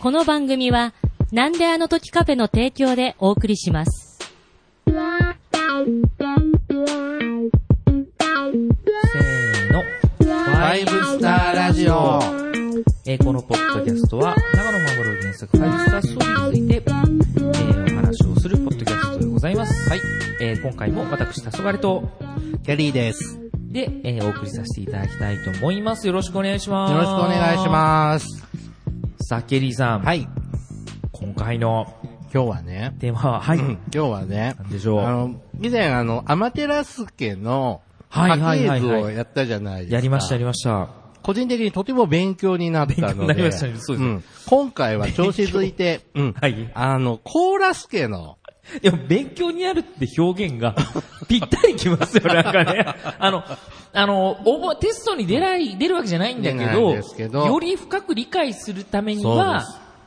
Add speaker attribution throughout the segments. Speaker 1: この番組は、なんであの時カフェの提供でお送りします。
Speaker 2: せーの。
Speaker 3: ファイブスターラジオ。
Speaker 2: えーこのポッドキャストは、長野守る原作ファイブスターストーリーについて、えーお話をするポッドキャストでございます。はい。えー今回も私、黄昏と、
Speaker 3: キャリーです。よ
Speaker 2: で、えーお送りさせていただきたいと思います。よろしくお願いします。
Speaker 3: ろしくお願いします。
Speaker 2: す。さあ、ケリーさん。
Speaker 3: はい。
Speaker 2: 今回の
Speaker 3: 今日はね、
Speaker 2: テーマは、はい。
Speaker 3: うん今日はね
Speaker 2: なん、でしょ
Speaker 3: あ
Speaker 2: う。
Speaker 3: の、以前あの、アマテラス家の、
Speaker 2: はいはい
Speaker 3: 家
Speaker 2: はいはい
Speaker 3: 系図をやったじゃないですか。
Speaker 2: やりました、やりました。
Speaker 3: 個人的にとても勉強になった
Speaker 2: 勉強
Speaker 3: の
Speaker 2: に
Speaker 3: で。
Speaker 2: なりましたねそうです
Speaker 3: ん今回は調子づいて、うん
Speaker 2: はい
Speaker 3: あの、コーラス家の、
Speaker 2: でも勉強になるって表現 がぴったりきますよ、なんかね。あの、あの、応募テストに出ない、出るわけじゃないんだけ
Speaker 3: 出ない
Speaker 2: ど、
Speaker 3: んですけど
Speaker 2: より深く理解するために
Speaker 3: そう
Speaker 2: は、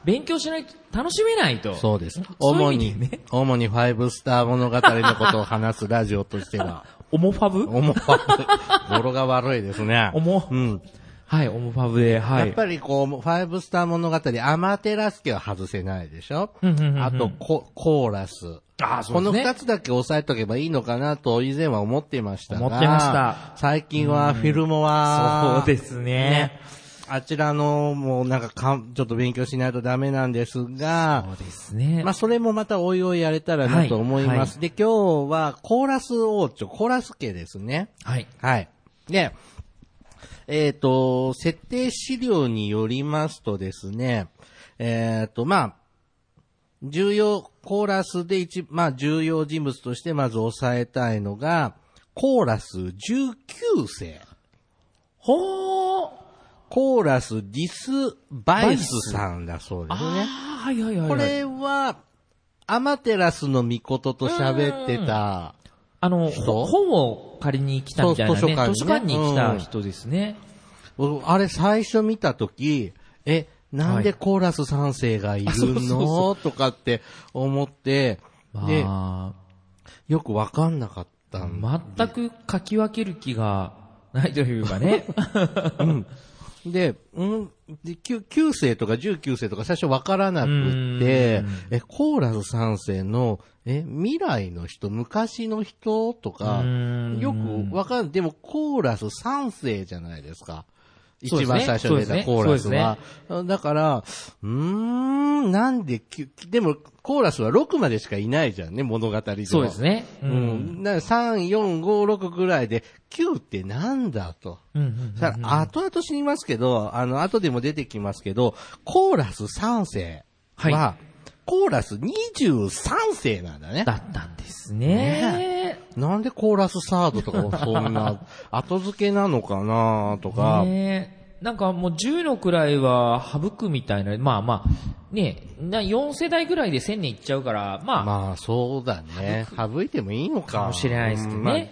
Speaker 2: 勉強しないと楽しめないと。
Speaker 3: そうです。
Speaker 2: そうい
Speaker 3: 主
Speaker 2: う意味
Speaker 3: に、
Speaker 2: でね
Speaker 3: 主にファイブスター物語のことを話すラジオとしては、
Speaker 2: オモファブ
Speaker 3: 思う。語呂が悪いです ね。
Speaker 2: オモ、
Speaker 3: うん。
Speaker 2: はい、オモファブで、は
Speaker 3: やっ
Speaker 2: い。
Speaker 3: ぱりこう、ファイブスター物語、アマテラス家は外せないでしょ
Speaker 2: うんうんうんうん
Speaker 3: あとコ、コーラス。
Speaker 2: あーそう
Speaker 3: こ
Speaker 2: です
Speaker 3: の
Speaker 2: ね
Speaker 3: 二つだけ押さえとけばいいのかなと以前は思っていましたが。
Speaker 2: 思ってました
Speaker 3: 最近はフィルモ
Speaker 2: そ
Speaker 3: は、
Speaker 2: うですね。
Speaker 3: あちらの、もうなんかかん、ちょっと勉強しないとダメなんですが
Speaker 2: そう、ですね。
Speaker 3: まあ、それもまたおいおいやれたらなと思います。で、今日は、コーラス王朝、コーラス家ですね。
Speaker 2: はい。
Speaker 3: はい。で、えっ、と、設定資料によりますとですね、えっ、と、まあ、重要、コーラスで一、まあ、重要人物としてまず押さえたいのが、コーラス19世、
Speaker 2: ほー。
Speaker 3: コーラスディス・バイスさんだそうですね。
Speaker 2: あー、はいはいはいはい。
Speaker 3: これは、アマテラスの御事と喋ってた、
Speaker 2: あの、
Speaker 3: 人
Speaker 2: 本を借りに来たみたいなね。
Speaker 3: そう図書館にね
Speaker 2: 図書館に来た人ですね。
Speaker 3: 僕あれ最初見たとき、え、なんでコーラス3世がいる
Speaker 2: あそうそうそ
Speaker 3: のとかって思って、で、
Speaker 2: まあ、
Speaker 3: よくわかんなかったんだ。
Speaker 2: 全く書き分ける気がないというかね。
Speaker 3: で、うん、で 9, 9世とか19世とか最初わからなくて
Speaker 2: うん、
Speaker 3: え、コーラス3世の、え、未来の人、昔の人とか
Speaker 2: う、ん
Speaker 3: よくわかん、でもコーラス3世じゃないですか。
Speaker 2: そうで
Speaker 3: 一
Speaker 2: すね
Speaker 3: 番最初に出
Speaker 2: そうですね
Speaker 3: たコーラス
Speaker 2: そうで
Speaker 3: は。だから、うーん、なんできゅ、でもコーラスは6までしかいないじゃんね、物語上。
Speaker 2: そうです。ね。う。
Speaker 3: うんん。な3、4、5、6ぐらいで、9ってなんだと。
Speaker 2: うん。
Speaker 3: さあ、後々死にますけど、あの、後でも出てきますけど、コーラス3世は、
Speaker 2: は
Speaker 3: コーラス23世なんだね。
Speaker 2: だったんですね。
Speaker 3: なんでコーラスサードとかそ んな、後付けなのかなとか、
Speaker 2: ねえなんかもう10の位は省くみたいな、まあまあ、ねえな4世代ぐらいで1000年いっちゃうから、まあ、
Speaker 3: まあそうだね。省いてもいいのか。
Speaker 2: かもしれないですけど
Speaker 3: うんまあ
Speaker 2: ね。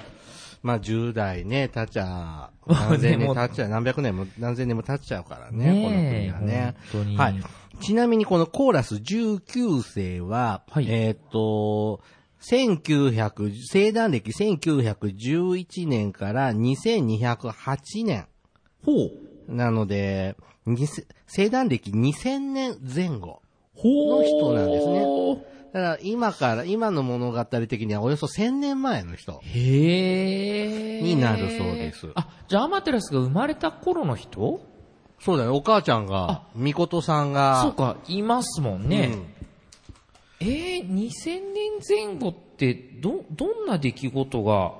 Speaker 3: まあ10代ね、経っちゃ、
Speaker 2: まあ
Speaker 3: 何 千
Speaker 2: でも
Speaker 3: 年経っちゃう、何百年も、何千年も経っちゃうから
Speaker 2: ねえ
Speaker 3: ね、この国はね。
Speaker 2: 本当に
Speaker 3: はい。ちなみにこのコーラス19世は、
Speaker 2: はい
Speaker 3: えーっと、1900、生誕歴1911年から2208年。
Speaker 2: ほう。
Speaker 3: なので、にせ生誕歴2000年前後。
Speaker 2: ほう。
Speaker 3: の人なんですねだから今から、今の物語的にはおよそ1000年前の人。
Speaker 2: へえ。
Speaker 3: になるそうです
Speaker 2: あ、じゃあアマテラスが生まれた頃の人
Speaker 3: そうだね、お母ちゃんが、みことさんが。
Speaker 2: そうか、いますもん
Speaker 3: うん
Speaker 2: ね。えー、2000年前後って、ど、どんな出来事が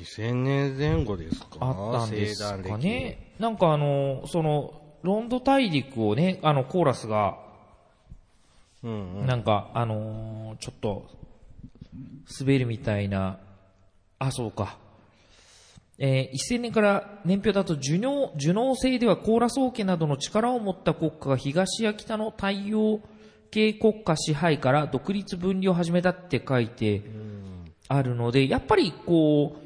Speaker 3: 2000年前後ですか
Speaker 2: あったんです
Speaker 3: 生
Speaker 2: か
Speaker 3: 誕
Speaker 2: ねなんかあの、その、ロンド大陸をね、あの、コーラスが、
Speaker 3: 歴うんうん。
Speaker 2: なんか、あのーちょっと、滑るみたいな、あ、そうか。えー1000年から年表だと、受納、受納制ではコーラス王家などの力を持った国家が東や北の太陽系国家支配から独立分離を始めたって書いてあるので、やっぱりこう、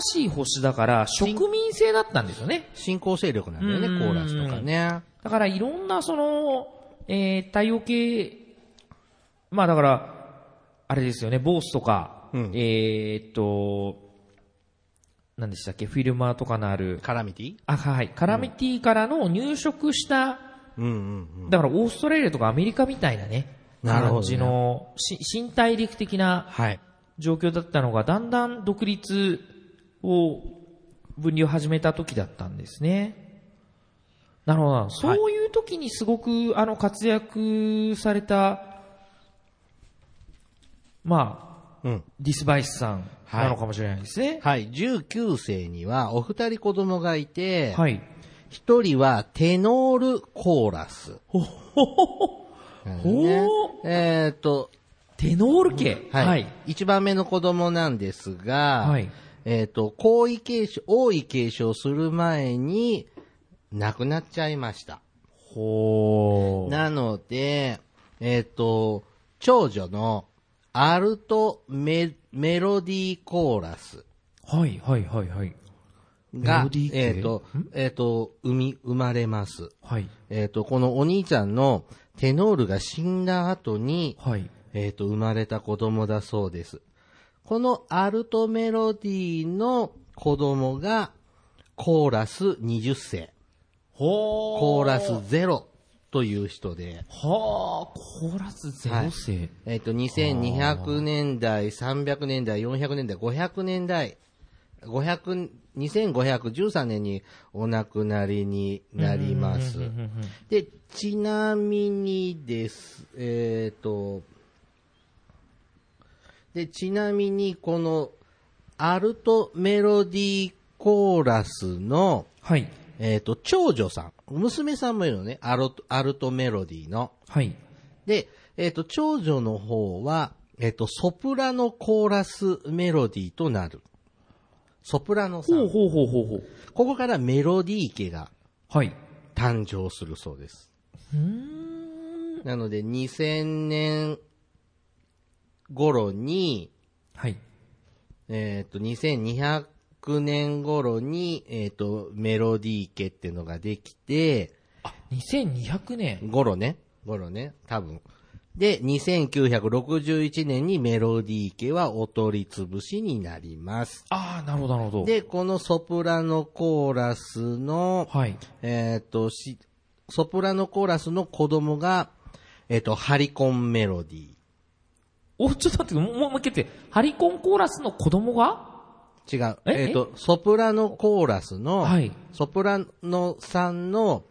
Speaker 2: 新しい星だから植民制だったんですよね。
Speaker 3: 新興勢力なんだよね、
Speaker 2: うん
Speaker 3: コーラスとかね。
Speaker 2: だからいろんなその、えー、太陽系、まあだから、あれですよね、ボースとか、
Speaker 3: うん
Speaker 2: えーっと、何でしたっけ、フィルマーとかのある、
Speaker 3: カラミティ
Speaker 2: あ、はい、カラミティからの入植した
Speaker 3: うんうん
Speaker 2: だからオーストラリアとかアメリカみたいなね、
Speaker 3: なるほど
Speaker 2: 感
Speaker 3: ね
Speaker 2: じの、し新大陸的な
Speaker 3: はい。
Speaker 2: 状況だったのが、だんだん独立を分離を始めた時だったんですね。なるほど。そういう時にすごく、あの、活躍された、まあ、
Speaker 3: うん。
Speaker 2: ディスバイスさんなのかもしれないですね。
Speaker 3: はい。19世にはお二人子供がいて、
Speaker 2: はい。
Speaker 3: 一人はテノールコーラス。
Speaker 2: ほほほほほ
Speaker 3: ね
Speaker 2: ー
Speaker 3: えっ、と、
Speaker 2: テノール家。
Speaker 3: はい。一、番目の子供なんですが、
Speaker 2: はい
Speaker 3: えっ、と、皇位継承、王位継承する前に亡くなっちゃいました。
Speaker 2: ほー。
Speaker 3: なので、えっ、と、長女のアルトメメロディーコーラス
Speaker 2: はいはいはいはい。メ
Speaker 3: が
Speaker 2: ロディー、系
Speaker 3: えっ、と、えっ、と、生み、生まれます。
Speaker 2: はい。
Speaker 3: えっ、と、このお兄ちゃんのテノールが死んだ後に、
Speaker 2: はい。
Speaker 3: えっ、と、生まれた子供だそうです。このアルトメロディーの子供が、コーラス20世、
Speaker 2: ほ
Speaker 3: コーラスゼロという人で、
Speaker 2: はあ、コーラスゼロ世。
Speaker 3: えっ、と、2200年代、300年代、400年代、500年代、500、2513年にお亡くなりになります。で、ちなみにです、えっ、と、で、ちなみに、この、アルトメロディーコーラスの、
Speaker 2: はい。
Speaker 3: えっ、と、長女さん、娘さんもいるのね、アルトアルトメロディーの。
Speaker 2: はい。
Speaker 3: で、えっ、と、長女の方は、えっ、と、ソプラノコーラスメロディーとなる。ソプラノさ。
Speaker 2: ほうんほ
Speaker 3: こ
Speaker 2: うほうほうほう。
Speaker 3: こからメロディー家が
Speaker 2: はい。
Speaker 3: 誕生するそうです。なので、2000年頃に、
Speaker 2: はい。
Speaker 3: えっ、と、2200年頃に、えっ、と、メロディー家っていうのができて、
Speaker 2: あ、2200年。
Speaker 3: 頃ね。頃ね。多分。で、2961年にメロディー家はお取り潰しになります。
Speaker 2: ああ、なるほどなるほど。
Speaker 3: で、このソプラノコーラスの、
Speaker 2: はい。
Speaker 3: えっ、と、し、ソプラノコーラスの子供が、えっ、と、ハリコンメロディ
Speaker 2: お、ちょっと待って、もう、もう一回言って。ハリコンコーラスの子供が
Speaker 3: ー。違う。
Speaker 2: え
Speaker 3: えっ、と、ソプラノコーラスの、
Speaker 2: はい
Speaker 3: ソプラノさんの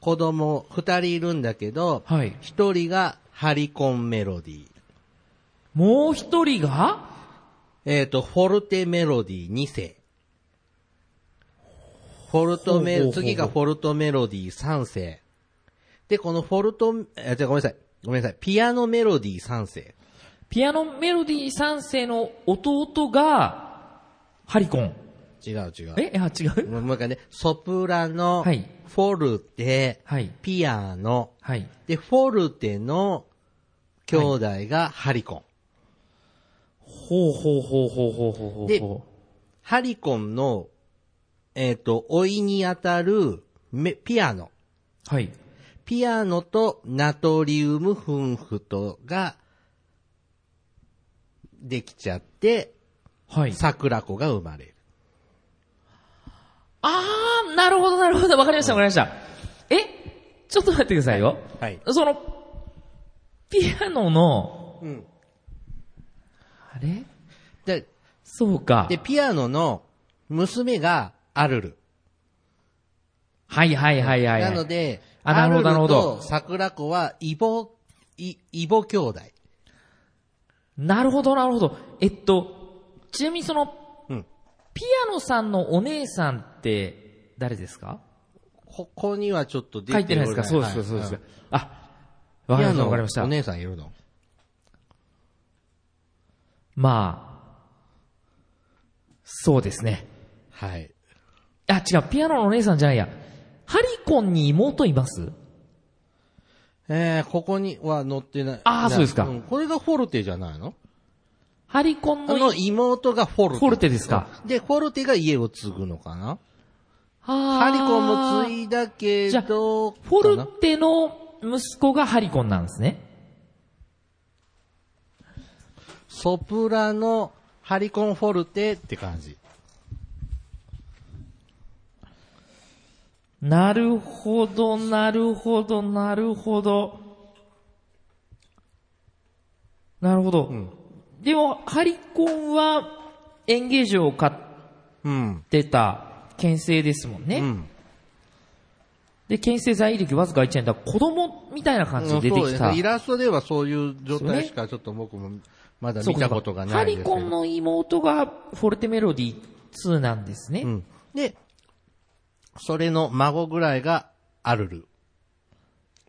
Speaker 3: 子供二人いるんだけど、
Speaker 2: はい。
Speaker 3: 一、人がハリコンメロディー。
Speaker 2: もう一人が
Speaker 3: えっ、と、フォルテメロディ2世。フォルト
Speaker 2: ほうほう
Speaker 3: メ
Speaker 2: ほうほう
Speaker 3: 次がフォルトメロディ3世。で、このフォルト、えじゃごめんなさい。ごめんなさい。ピアノメロディ3世。
Speaker 2: ピアノメロディ3世の弟が、ハリコン。
Speaker 3: 違う違う。
Speaker 2: えあ、違う
Speaker 3: もうもう一回ね。ソプラノ、
Speaker 2: はい
Speaker 3: フォルテ、
Speaker 2: はい。
Speaker 3: ピアノ。
Speaker 2: はい。
Speaker 3: で、フォルテの兄弟がハリコン。
Speaker 2: ほうほうほうほうほうほうほう。
Speaker 3: でハリコンの、えっ、と、老いにあたるメピアノ。
Speaker 2: はい。
Speaker 3: ピアノとナトリウムフンフトができちゃって、
Speaker 2: はい。
Speaker 3: 桜子が生まれる。
Speaker 2: あー、なるほど、なるほど。わかりました、わかりました。えちょっと待ってくださいよ。
Speaker 3: はい
Speaker 2: その、ピアノの、
Speaker 3: うん
Speaker 2: あれ
Speaker 3: で、
Speaker 2: そうか。
Speaker 3: でピアノの娘がアルル。
Speaker 2: はいはいはいはい。
Speaker 3: なので、
Speaker 2: あ
Speaker 3: ア
Speaker 2: なるほ
Speaker 3: ルル
Speaker 2: どなるほ
Speaker 3: と
Speaker 2: ど
Speaker 3: 桜子はイボ、イイボ兄弟。
Speaker 2: なるほど、なるほど。えっと、ちなみにその、
Speaker 3: うん
Speaker 2: ピアノさんのお姉さんって、誰ですか
Speaker 3: ここにはちょっと出
Speaker 2: 書いてないですか
Speaker 3: お
Speaker 2: そう
Speaker 3: ら
Speaker 2: ですか、そうですか。あ、わ
Speaker 3: はい
Speaker 2: かりまし
Speaker 3: ピア
Speaker 2: た、
Speaker 3: ノ
Speaker 2: わかりました
Speaker 3: お。姉さんいるの
Speaker 2: まあ、そうですね。
Speaker 3: はい。
Speaker 2: あ、違う、ピアノのお姉さんじゃないや。ハリコンに妹います
Speaker 3: えー、ここには載ってない。
Speaker 2: あーそうですか
Speaker 3: んこれがフォルテじゃないの
Speaker 2: ハリコン
Speaker 3: あ
Speaker 2: のい、
Speaker 3: の妹がフォルテ。
Speaker 2: フォルテですか。
Speaker 3: で、フォルテが家を継ぐのかな
Speaker 2: ハ
Speaker 3: ハリコンも継いだけ
Speaker 2: じゃあ
Speaker 3: ど、
Speaker 2: フォ
Speaker 3: かな
Speaker 2: ルテの息子がハリコンなんですね。
Speaker 3: ソプラノ、ハリコンフォルテって感じ。
Speaker 2: なるほど、なるほど、なるほど。なるほど。でも、ハリコンは、エンゲージを買っ
Speaker 3: うん。
Speaker 2: てた、牽制ですもんね。
Speaker 3: うん。
Speaker 2: で、牽制在位歴わずか1年だ。子供みたいな感じで出て
Speaker 3: そう
Speaker 2: き
Speaker 3: です
Speaker 2: た。
Speaker 3: ね。イラストではそういう状態しかちょっと僕もまだ見たことがないですけど。
Speaker 2: ハリコンの妹が、フォルテメロディ2なんですね。
Speaker 3: うん。で、それの孫ぐらいがアルル。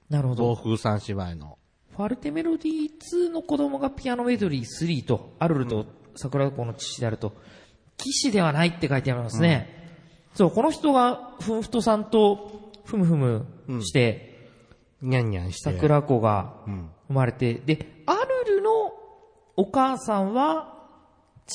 Speaker 2: なるほど
Speaker 3: 暴。風三姉妹の。
Speaker 2: ファルテメロディ2の子供がピアノメドリー3と、アルルと桜子の父であると、騎士ではないって書いてありますね。そう、この人が、ふんふとさんと、ふむふむして、
Speaker 3: にゃんにゃんして。
Speaker 2: 桜子が
Speaker 3: うん。
Speaker 2: 生まれて、で、アルルのお母さんは、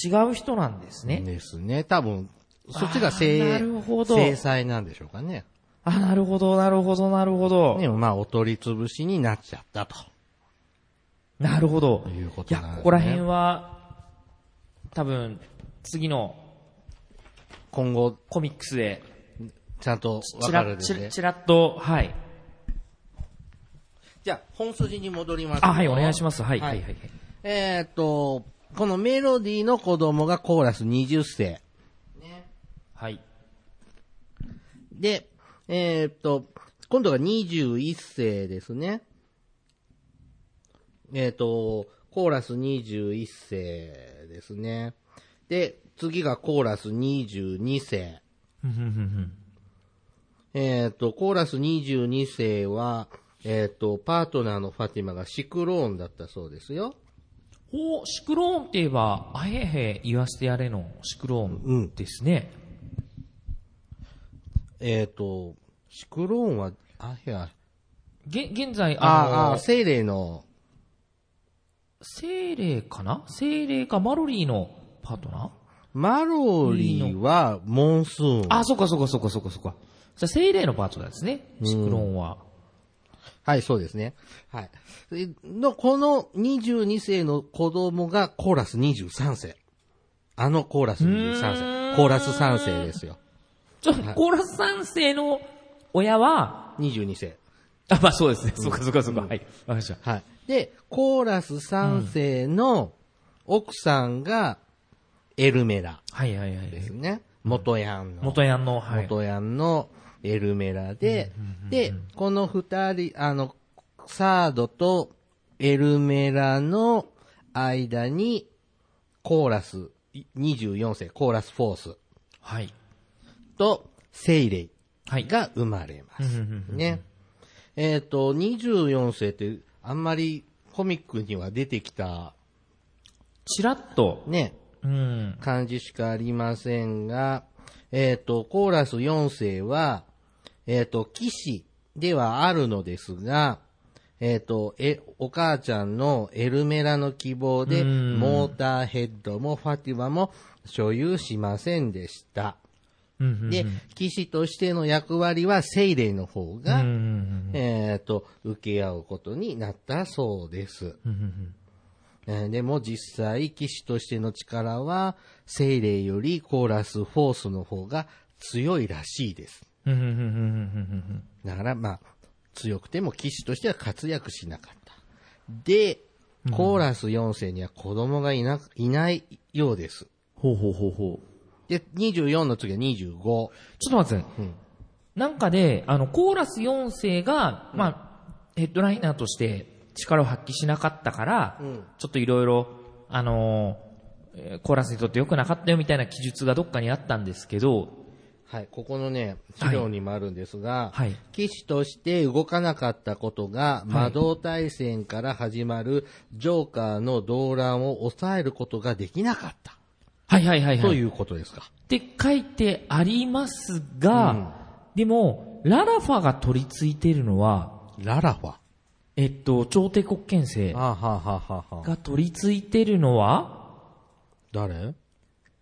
Speaker 2: 違う人なんですね。
Speaker 3: ですね。多分、そっちが
Speaker 2: あーな
Speaker 3: 制
Speaker 2: るほ、ど
Speaker 3: 制裁なんでしょうかね。
Speaker 2: あ、なるほど、なるほど、なるほど。
Speaker 3: ね、まあ、お取り潰しになっちゃったと。
Speaker 2: なるほど。
Speaker 3: いうことなんですね
Speaker 2: や、ここら辺は、多分、次の
Speaker 3: 今後、
Speaker 2: コミックスで、
Speaker 3: ちゃんと
Speaker 2: ち
Speaker 3: 分からる
Speaker 2: ち
Speaker 3: で
Speaker 2: ら
Speaker 3: ね。
Speaker 2: ちらっと、はい。
Speaker 3: じゃあ、本筋に戻ります。
Speaker 2: あ、はい、お願いします。はい、
Speaker 3: は
Speaker 2: はいい、はい。はい
Speaker 3: えーっと、このメロディーの子供がコーラス20世。
Speaker 2: はい。
Speaker 3: で、えーっと、今度が21世ですね。えーっと、コーラス21世ですね。で、次がコーラス22世。えーっと、コーラス22世は、えーっと、パートナーのファティマがシクローンだったそうですよ。
Speaker 2: おシクローンって言えば、あへへ言わせてやれのシクローンですね。
Speaker 3: えーっと、シクローンは、あ、いや、
Speaker 2: げ、現在、
Speaker 3: あー
Speaker 2: あ
Speaker 3: あー、
Speaker 2: の、
Speaker 3: 精霊の、
Speaker 2: 精霊かな精霊かマロリーのパートナー
Speaker 3: マロリーはモンスーン。
Speaker 2: あ、そっかそっかそっかそっかそっか。じゃあ精霊のパートナーですね。シクローンは。
Speaker 3: はい、そうですね。はい。えの、この22世の子供がコーラス23世。あのコーラス23世。コーラス3世ですよ。
Speaker 2: ちょ、コーラス三世の親は、
Speaker 3: 22世。
Speaker 2: あ、まあそうですね。そっかそっかそっか。はい。わかりました。
Speaker 3: はい。で、コーラス3世の奥さんがエルメラ
Speaker 2: はいはいはい。
Speaker 3: ですね。元ヤンの。
Speaker 2: 元ヤンの、はい。
Speaker 3: 元ヤンのエルメラで、で、この二人、あの、サードとエルメラの間に、コーラス、い24世、コーラスフォース
Speaker 2: はい。
Speaker 3: と、セイレイ
Speaker 2: はい。
Speaker 3: が生まれま
Speaker 2: うんう
Speaker 3: す
Speaker 2: ん。
Speaker 3: ね。えっ、と、24世って、あんまりコミックには出てきた、
Speaker 2: チラッと、
Speaker 3: ね、
Speaker 2: うん。
Speaker 3: 感じしかありませんが、えっ、と、コーラス4世は、えっ、と、騎士ではあるのですが、えっ、と、え、お母ちゃんのエルメラの希望で、
Speaker 2: うん
Speaker 3: モーターヘッドもファティマも所有しませんでした。
Speaker 2: うんうん
Speaker 3: で、騎士としての役割はセイレイの方が、
Speaker 2: うんうん
Speaker 3: えっ、と、受け合うことになったそうです。
Speaker 2: うんうん
Speaker 3: えーでも実際、騎士としての力は、精霊よりコーラスフォースの方が強いらしいです。
Speaker 2: うんうんうんうんうん
Speaker 3: だから、まあ、強くても騎士としては活躍しなかった。で、コーラス4世には子供がいな、いないようです。
Speaker 2: ほうほうほうほう。
Speaker 3: で、24の次は25。
Speaker 2: ちょっと待って、
Speaker 3: うん
Speaker 2: なんかで、あの、コーラス4世が、まあ、ヘッドライナーとして力を発揮しなかったから、
Speaker 3: ん
Speaker 2: ちょっといろいろ、あのーえーコーラスにとって良くなかったよみたいな記述がどっかにあったんですけど、
Speaker 3: はい、ここのね、資料にもあるんですが、
Speaker 2: はいはい
Speaker 3: 騎士として動かなかったことが、魔導大戦から始まるジョーカーの動乱を抑えることができなかった。
Speaker 2: はいはいはいはい。
Speaker 3: ということですか。
Speaker 2: って書いてありますが、でも、ララファが取り付いてるのは、
Speaker 3: ララファ。
Speaker 2: えっと、朝廷国憲制
Speaker 3: あはははは
Speaker 2: が取り付いてるのは、
Speaker 3: 誰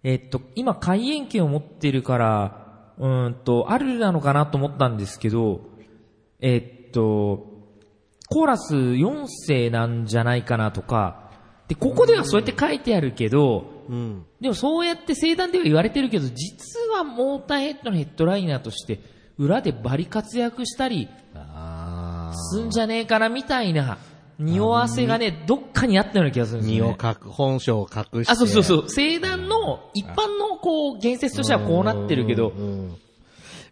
Speaker 2: えっと、今、開園権を持ってるから、うーんと、アルルなのかなと思ったんですけど、えっと、コーラス4世なんじゃないかなとか、で、ここではそうやって書いてあるけど、
Speaker 3: うん。
Speaker 2: でもそうやって聖壇では言われてるけど、実はモーターヘッドのヘッドライナーとして、裏でバリ活躍したり
Speaker 3: あ
Speaker 2: すんじゃねえかなみたいな匂わせがね、どっかにあったような気がするん
Speaker 3: あ。
Speaker 2: です
Speaker 3: 身
Speaker 2: よ、
Speaker 3: を
Speaker 2: ね。
Speaker 3: 隠、本性を隠して。
Speaker 2: あ、そうそうそう。星団の一般のこう、言説としてはこうなってるけど、
Speaker 3: うん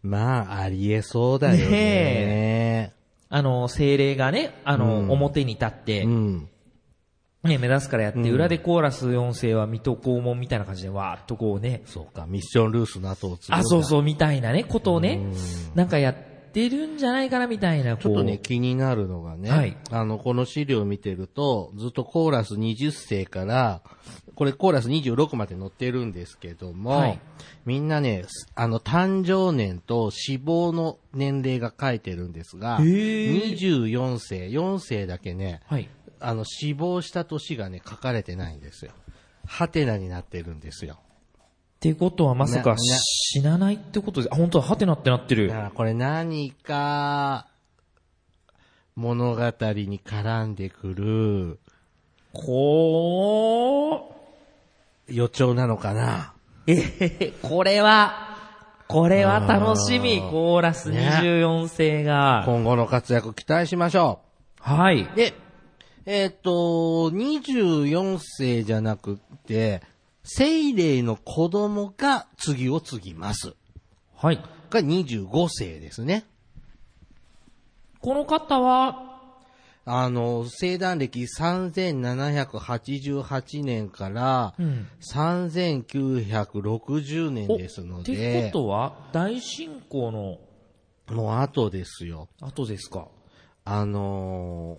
Speaker 3: まあ、ありえそうだよね。
Speaker 2: ねあの、精霊がね、あの、
Speaker 3: うん
Speaker 2: 表に立って、
Speaker 3: うん。
Speaker 2: ね、目指すからやって、裏でコーラス4世は水戸黄門みたいな感じで、わーっとこうね、
Speaker 3: そうか、ミッションルースの後を継ぐんだ
Speaker 2: あ、そうそう、みたいなね、ことをね、なんかやってるんじゃないかな、みたいな、こう。
Speaker 3: ちょっとね、気になるのがね、
Speaker 2: はい
Speaker 3: あの、この資料を見てると、ずっとコーラス20世から、これコーラス26まで載ってるんですけども、
Speaker 2: はい
Speaker 3: みんなね、すあの、誕生年と死亡の年齢が書いてるんですが、24世、4世だけね、
Speaker 2: はい。
Speaker 3: あの、死亡した年がね、書かれてないんですよ。ハテナになってるんですよ。
Speaker 2: ってことは、まさか
Speaker 3: ねね
Speaker 2: 死なないってことで、あ、本当はハテナってなってる
Speaker 3: だか。らこれ何か、物語に絡んでくる、
Speaker 2: こ
Speaker 3: 予兆なのかな
Speaker 2: う、えへへ、これは、これは楽しみ、
Speaker 3: あー
Speaker 2: コーラス24世が。
Speaker 3: 今後の活躍期待しましょ
Speaker 2: はい。
Speaker 3: う。で、えーっ、と、24世じゃなくて、聖霊の子供が次を継ぎます。
Speaker 2: はい。
Speaker 3: が25世ですね。
Speaker 2: この方は、
Speaker 3: あの、生誕歴3788年から
Speaker 2: うん。
Speaker 3: 3960年
Speaker 2: お
Speaker 3: ですの
Speaker 2: って
Speaker 3: で、
Speaker 2: ことは、大進行の
Speaker 3: もう後ですよ。
Speaker 2: 後ですか。
Speaker 3: あの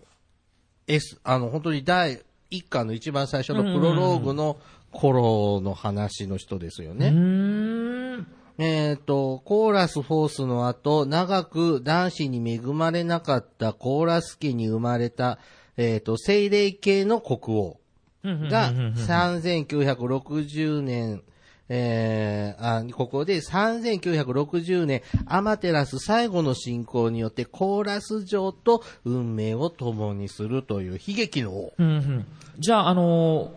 Speaker 3: ー、S、あの、本当に第一巻の一番最初のプロローグの頃の話の人ですよ
Speaker 2: う
Speaker 3: ね。
Speaker 2: ーん。
Speaker 3: えっ、と、コーラスフォースの後、長く男子に恵まれなかったコーラス家に生まれた、えっ、と、精霊系の国王が3960年、えー、あ、ここで3960年、アマテラス最後の信仰によってコーラス城と運命を共にするという悲劇の王。
Speaker 2: うんうん、じゃあ、あのー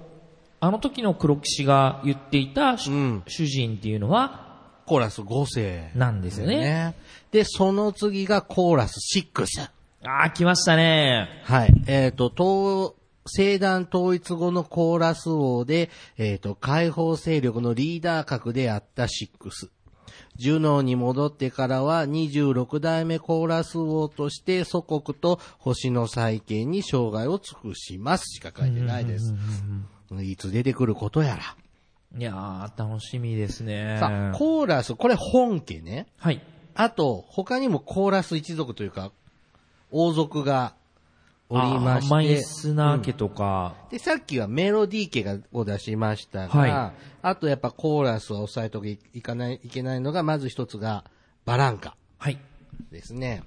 Speaker 2: あの時の黒騎士が言っていた主,、
Speaker 3: うん
Speaker 2: 人っていうのは、
Speaker 3: コーラス5世。
Speaker 2: なんですよね。
Speaker 3: で、その次がコーラス6。
Speaker 2: ああ、来ましたね。
Speaker 3: はい。えっ、と、東、西団統一後のコーラス王で、えっ、と、解放勢力のリーダー格であったシックス。ジュノーに戻ってからは26代目コーラス王として祖国と星の再建に生涯を尽くしますしか書いてないです。いつ出てくることやら。
Speaker 2: いやー、楽しみですね。
Speaker 3: さあ、コーラス、これ本家ね。
Speaker 2: はい。
Speaker 3: あと、他にもコーラス一族というか、王族がおりま
Speaker 2: あ
Speaker 3: して。
Speaker 2: ーマイスナー家とか、
Speaker 3: で、さっきはメロディー系がを出しましたが、
Speaker 2: は
Speaker 3: あとやっぱコーラスは抑えとけいかない、いけないのが、まず一つが、バランカ
Speaker 2: はい。
Speaker 3: ですね。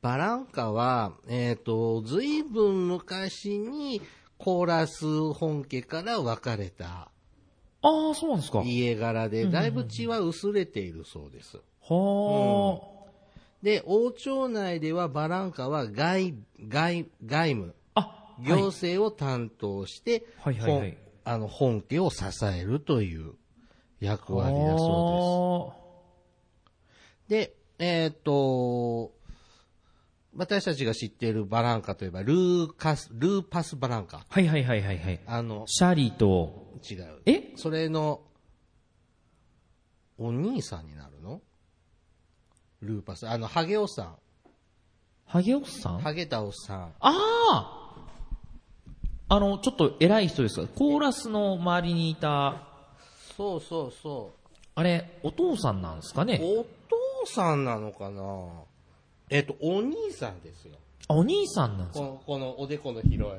Speaker 3: バランカは、えっ、と、ずいぶん昔にコーラス本家から分かれた
Speaker 2: ああ、そうなんですか。は
Speaker 3: 家柄で、だいぶ血は薄れているそうです。
Speaker 2: あ、
Speaker 3: で、王朝内ではバランカは外、外、外務、
Speaker 2: あ、
Speaker 3: 行政を担当して、
Speaker 2: はいはいはいはい
Speaker 3: 本あの、本家を支えるという役割だそうです。で、えっ、と、私たちが知っているバランカといえば、ルーカス、ルーパスバランカ。
Speaker 2: うです。はいはいはいはいはい。
Speaker 3: あの、
Speaker 2: シャリと、
Speaker 3: 違う。
Speaker 2: え
Speaker 3: それの、お兄さんになるのルーパス。あの、ハゲおっさ
Speaker 2: ハゲオスさん
Speaker 3: ん。ハゲタおっさん。
Speaker 2: あああの、ちょっと偉い人ですが、コーラスの周りにいた、
Speaker 3: そうそうそう。
Speaker 2: あれ、お父さんなんですかね
Speaker 3: お父さんなのかなえっと、お兄さんですよ。
Speaker 2: あお兄さんなんです
Speaker 3: こ
Speaker 2: か
Speaker 3: の、このおでこの広い。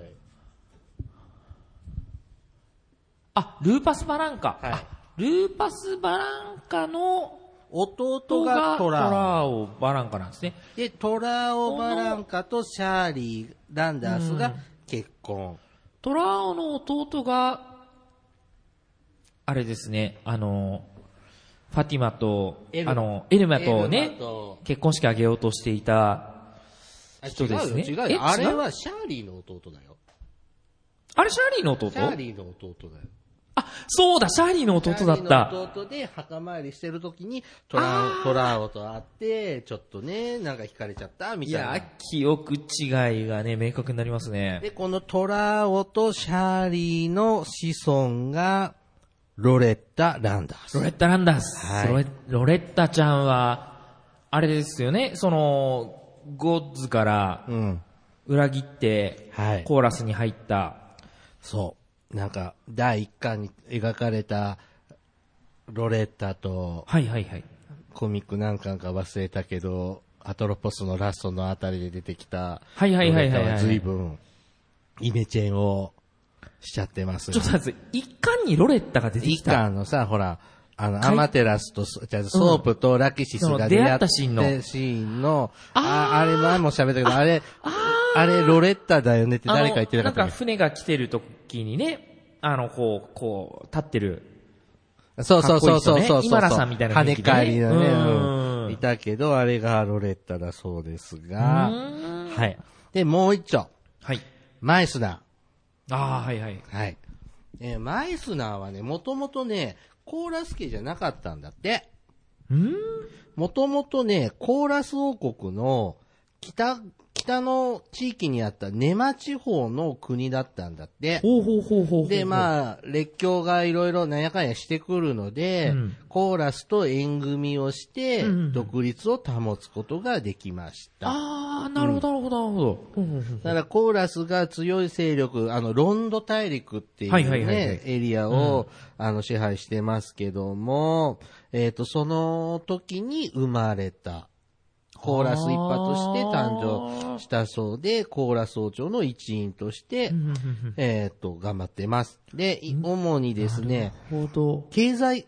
Speaker 2: あ、ルーパスバランカ。
Speaker 3: はい
Speaker 2: あルーパスバランカの
Speaker 3: 弟
Speaker 2: 人
Speaker 3: が
Speaker 2: が
Speaker 3: ト
Speaker 2: ト
Speaker 3: ラ
Speaker 2: ラオバランカなんですね。
Speaker 3: で、トラオバランカとシャーリー・ランダースが結婚。
Speaker 2: トラオの弟が、あれですね、あの、ファティマと、
Speaker 3: エル
Speaker 2: あの、エルマと
Speaker 3: エ
Speaker 2: ね
Speaker 3: ルマ、と
Speaker 2: 結婚式あげようとしていた、
Speaker 3: あ
Speaker 2: 人ですね
Speaker 3: 違うよ、違う
Speaker 2: え
Speaker 3: よ。あれ
Speaker 2: 違う
Speaker 3: はシャーリーの弟だよ。
Speaker 2: あれシャーリーの弟
Speaker 3: シャーリーの弟だよ。
Speaker 2: ああ、そうだ、シャーリーの弟だっ
Speaker 3: 二人
Speaker 2: た。
Speaker 3: の弟で墓参りしてる時にトラオ、トラオと会って、ちょっとね、なんか惹かれちゃった、み
Speaker 2: い
Speaker 3: たいな。
Speaker 2: や、記憶違いがね、明確になりますね。
Speaker 3: で、このトラオとシャーリーの子孫が、ロレッタ・ランダース。
Speaker 2: ロレッタ・ランダース、
Speaker 3: はい
Speaker 2: ロレロレッタちゃんは、あれですよね、その、ゴッズから
Speaker 3: うん。
Speaker 2: 裏切って、
Speaker 3: はい
Speaker 2: コーラスに入った、
Speaker 3: そう。なんか、第一巻に描かれた、ロレッタと、
Speaker 2: はいはいはい。
Speaker 3: コミック何巻か忘れたけど、アトロポスのラストのあたりで出てきた、
Speaker 2: はいはいはいはいはい
Speaker 3: ロレッタは随分、イメチェンをしちゃってます
Speaker 2: ち
Speaker 3: よ
Speaker 2: ょ
Speaker 3: ね
Speaker 2: っと待って、一巻にロレッタが出て
Speaker 3: 一
Speaker 2: きた。
Speaker 3: 巻のさ、ほら、あの、
Speaker 2: かい
Speaker 3: アマテラスとソ、じゃあソープとラキシスが
Speaker 2: その出会ったシーンの
Speaker 3: 出会ってシーンの、あ、あれ前も喋ったけど、あれ、あれロレッタだよねって誰か言ってなか
Speaker 2: あ
Speaker 3: っ
Speaker 2: の
Speaker 3: た
Speaker 2: なん
Speaker 3: ね
Speaker 2: か船が来てる時にね、あの、こう、こう、立ってる。
Speaker 3: そうそうそ
Speaker 2: かっこいい
Speaker 3: うそう
Speaker 2: 人
Speaker 3: そう
Speaker 2: ね
Speaker 3: そう。
Speaker 2: 今田さんみたいな雰囲
Speaker 3: 跳ね
Speaker 2: 気でね
Speaker 3: 返りのね、
Speaker 2: う
Speaker 3: うんんいたけど、あれがロレッタだそうです
Speaker 2: う
Speaker 3: が、
Speaker 2: ーん
Speaker 3: はい。で、もう一丁。
Speaker 2: はい。
Speaker 3: マイスナ
Speaker 2: ああ、はいはい。
Speaker 3: ー。はい。えーマイスナーはね、もともとね、コーラス系じゃなかったんだって。
Speaker 2: うん
Speaker 3: もともとね、コーラス王国の北、北の地域にあったネマ地方の国だったんだって。
Speaker 2: ほうほうほうほうほう。
Speaker 3: で、
Speaker 2: あ、
Speaker 3: まあ、列強がいろいろなんやかんやしてくるので、
Speaker 2: うん
Speaker 3: コーラスと縁組をして
Speaker 2: うんうん、
Speaker 3: 独立を保つことができました。
Speaker 2: ああ、なるほど、なるほど、なるほどほうほうほう。
Speaker 3: だからコーラスが強い勢力、あの、ロンド大陸っていうね、
Speaker 2: はいはいはいはい
Speaker 3: エリアを、あの、支配してますけども、えっ、と、その時に生まれた、コーラス一派として誕生したそうで、コーラス王朝の一員として、
Speaker 2: うんうんうん
Speaker 3: えっ、と、頑張ってます。で、い主にですね、
Speaker 2: うん。ほど。
Speaker 3: 経済、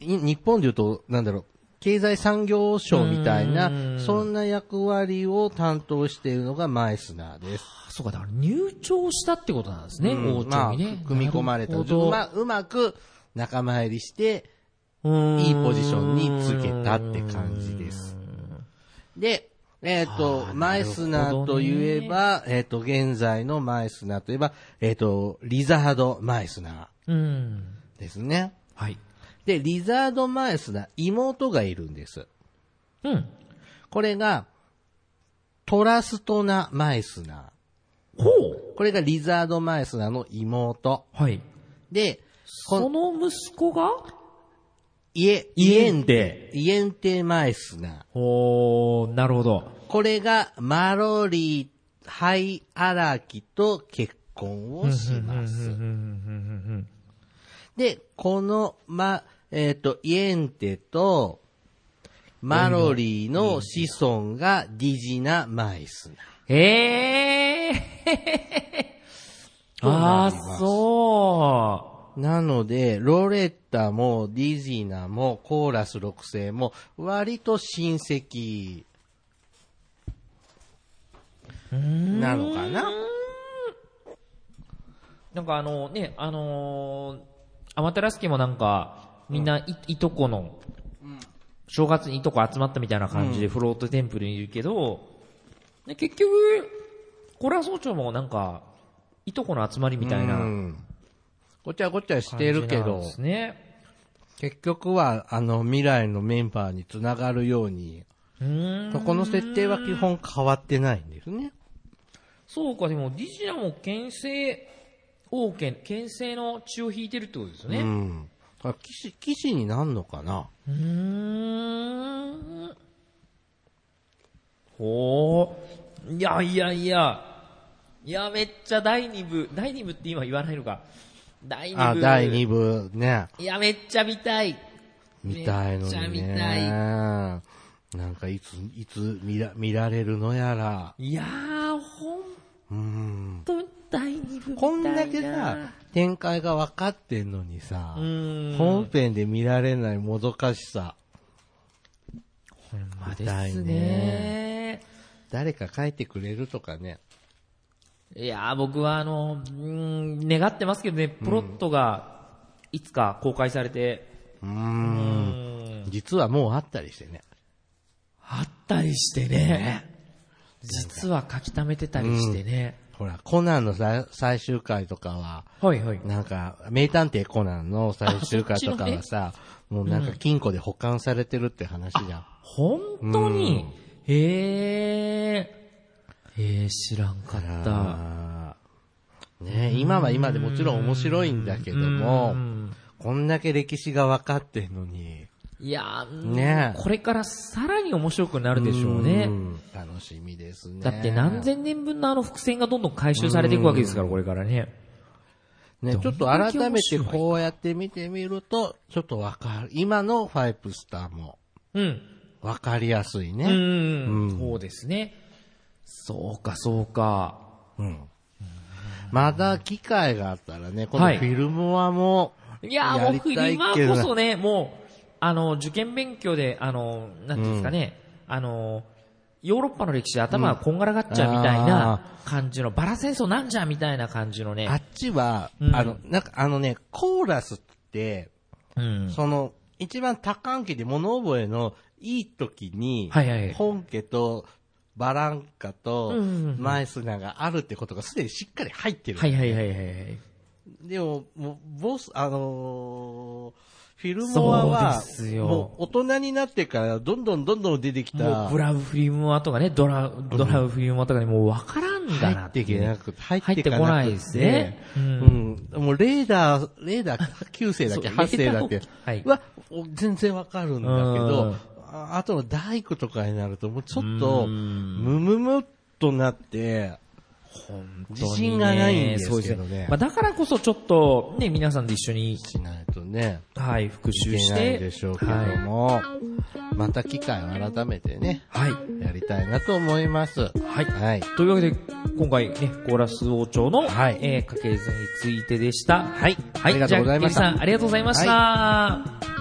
Speaker 3: い日本で言うと、なんだろう、経済産業省みたいう
Speaker 2: ー
Speaker 3: な、
Speaker 2: ん
Speaker 3: そんな役割を担当しているのがマイスナーです。
Speaker 2: そうか、だから入庁したってことなんですね、
Speaker 3: うん
Speaker 2: 王朝にね。
Speaker 3: まあ、組み込まれた。
Speaker 2: な
Speaker 3: う
Speaker 2: るほど
Speaker 3: まうまく仲間入りして、
Speaker 2: うーん
Speaker 3: いいポジションにつけたって感じです。で、えっ、と、
Speaker 2: はあ
Speaker 3: マイスナーといえば、えっ、と、現在のマイスナーといえば、えっ、と、リザード・マイスナ
Speaker 2: うん。
Speaker 3: ーですね。
Speaker 2: はい。
Speaker 3: で、リザード・マイスナー、妹がいるんです。
Speaker 2: うん。
Speaker 3: これが、トラストナ・マイスナ
Speaker 2: ほ
Speaker 3: ー。
Speaker 2: う
Speaker 3: これがリザード・マイスナーの妹。
Speaker 2: はい。
Speaker 3: で、こ
Speaker 2: その息子が
Speaker 3: イエ、イエンテ、イエンテマイスナー。
Speaker 2: おー、なるほど。
Speaker 3: これがマロリー・ハイアラキと結婚をします。で、この、ま、えっ、と、イエンテとマロリーの子孫がディジナ・マイスナー。
Speaker 2: へえー。あー、そ
Speaker 3: なので、ロレッタもディジナもコーラス6世も割と親戚なのかな
Speaker 2: う。なんかあのね、あのー、アマテラス家もなんか、みんない、いとこの、正月にいとこ集まったみたいな感じでフロートテンプルにいるけど、ね結局、コラ総長もなんか、いとこの集まりみたいな
Speaker 3: う
Speaker 2: 感
Speaker 3: んごちゃごちゃし
Speaker 2: じ
Speaker 3: て
Speaker 2: なん
Speaker 3: るけど
Speaker 2: で、すね。
Speaker 3: 結局は、あの、未来のメンバーにつながるように、
Speaker 2: うーん
Speaker 3: この設定は基本変わってないんですね。
Speaker 2: そうか、でも、ディジナも牽制王権、牽制の血を引いてるってことですよ
Speaker 3: う
Speaker 2: ね。
Speaker 3: ん。あ騎士、騎士になんのかな
Speaker 2: うーん。ほう。いやいやいや。いや、めっちゃ第2部、第2部って今言わないのか。第2
Speaker 3: あ、
Speaker 2: 部。
Speaker 3: 第2部ね、
Speaker 2: いや、めっちゃ見たい。
Speaker 3: 見たいのにね。
Speaker 2: めっちゃ見たい
Speaker 3: なんかいつ、いつ見ら、見られるのやら。
Speaker 2: いやー、ほん
Speaker 3: うん。
Speaker 2: とに第2部見たいな。
Speaker 3: こんだけさ、展開が分かってんのにさ
Speaker 2: う、ーん。
Speaker 3: 本編で見られないもどかしさ。
Speaker 2: ほんまで
Speaker 3: 見たい
Speaker 2: すね
Speaker 3: ね誰か書いてくれるとかね。
Speaker 2: いやー、僕はあの、うーん、願ってますけどね、プロットが、いつか公開されて、
Speaker 3: う。
Speaker 2: うんん、
Speaker 3: 実はもうあったりしてね。
Speaker 2: あったりしてね、実は書き溜めてたりしてね、
Speaker 3: ほら、コナンのさ最終回とかは、
Speaker 2: はいはい。
Speaker 3: なんか、名探偵コナンの最終回とかはさ、もうなんか金庫で保管されてるって話じゃん。
Speaker 2: 本当にへえ。へえ、知らんかった。
Speaker 3: あーね今は今でもちろん面白いんだけども、こんだけ歴史が分かってんのに、
Speaker 2: いやー、
Speaker 3: ねえ
Speaker 2: これからさらに面白くなるでしょうね
Speaker 3: う。ん楽しみですね。
Speaker 2: だって何千年分のあの伏線がどんどん回収されていくわけですから、これからね。
Speaker 3: ね、ちょっと改めてこうやって見てみると、ちょっとわかる。今のファイブスターも
Speaker 2: うん。
Speaker 3: わかりやすいうね。
Speaker 2: ん。そうですね。そうか、そうか。
Speaker 3: うんまだ機会があったらね、このフ
Speaker 2: はい
Speaker 3: ィルムはも
Speaker 2: いやー、
Speaker 3: やり
Speaker 2: 僕、
Speaker 3: たい
Speaker 2: 今
Speaker 3: けど
Speaker 2: こそね、もう、あの、受験勉強で、あの、なんていうんですかね、あの、ヨーロッパの歴史で頭がこんがらがっちゃうみたいな感じの、バラ戦争なんじゃみたいな感じの
Speaker 3: あ
Speaker 2: ね。
Speaker 3: っちは、
Speaker 2: うん
Speaker 3: あの、なんかあのね、コーラスって、
Speaker 2: うん。
Speaker 3: その、一番多感期で物覚えのいい時に、
Speaker 2: はいはい
Speaker 3: 本家とバランカと
Speaker 2: うんうんうん
Speaker 3: マイスナーがあるってことがすでにしっかり入ってる。
Speaker 2: はいはいはいはいはい。
Speaker 3: でも、もう、ボス、あのーフィルモアは
Speaker 2: そうで、すよ
Speaker 3: もう大人になってからどんどんどんどん出てき
Speaker 2: も
Speaker 3: た
Speaker 2: う、ブ、ラウフィルムアとかね、ドラ、ドラウフィルムアとかにもうわからんだな
Speaker 3: 入っ
Speaker 2: って
Speaker 3: て
Speaker 2: い
Speaker 3: き
Speaker 2: うね
Speaker 3: なくて、入
Speaker 2: 入って
Speaker 3: か
Speaker 2: こ
Speaker 3: な
Speaker 2: な
Speaker 3: く
Speaker 2: い
Speaker 3: て
Speaker 2: ですね。う。
Speaker 3: うんん。もうレーダー、レーダー9世だっけ、
Speaker 2: そう
Speaker 3: 8世だっけ
Speaker 2: レーダーをはい
Speaker 3: は、お全然わかるんだけ
Speaker 2: う
Speaker 3: ど
Speaker 2: ん、
Speaker 3: ああとの大工とかになると、もうちょっと、
Speaker 2: うん
Speaker 3: ムムムっとなって、
Speaker 2: 本当にね
Speaker 3: 自信がないんですけどね
Speaker 2: そうまあだからこそちょっと、ね、皆さんで一緒に、
Speaker 3: しないとね、
Speaker 2: はい、復
Speaker 3: い
Speaker 2: 習し
Speaker 3: けな
Speaker 2: て。
Speaker 3: いでしょうけども、また機会を改めてね、
Speaker 2: はい。はい
Speaker 3: やりたいなと思います。はい。はい。
Speaker 2: というわけで、今回ね、コーラス王朝の、
Speaker 3: はい
Speaker 2: えー、家系図についてでした。はい
Speaker 3: ありがとうございました
Speaker 2: じゃあケリーさん、ありがとうございました。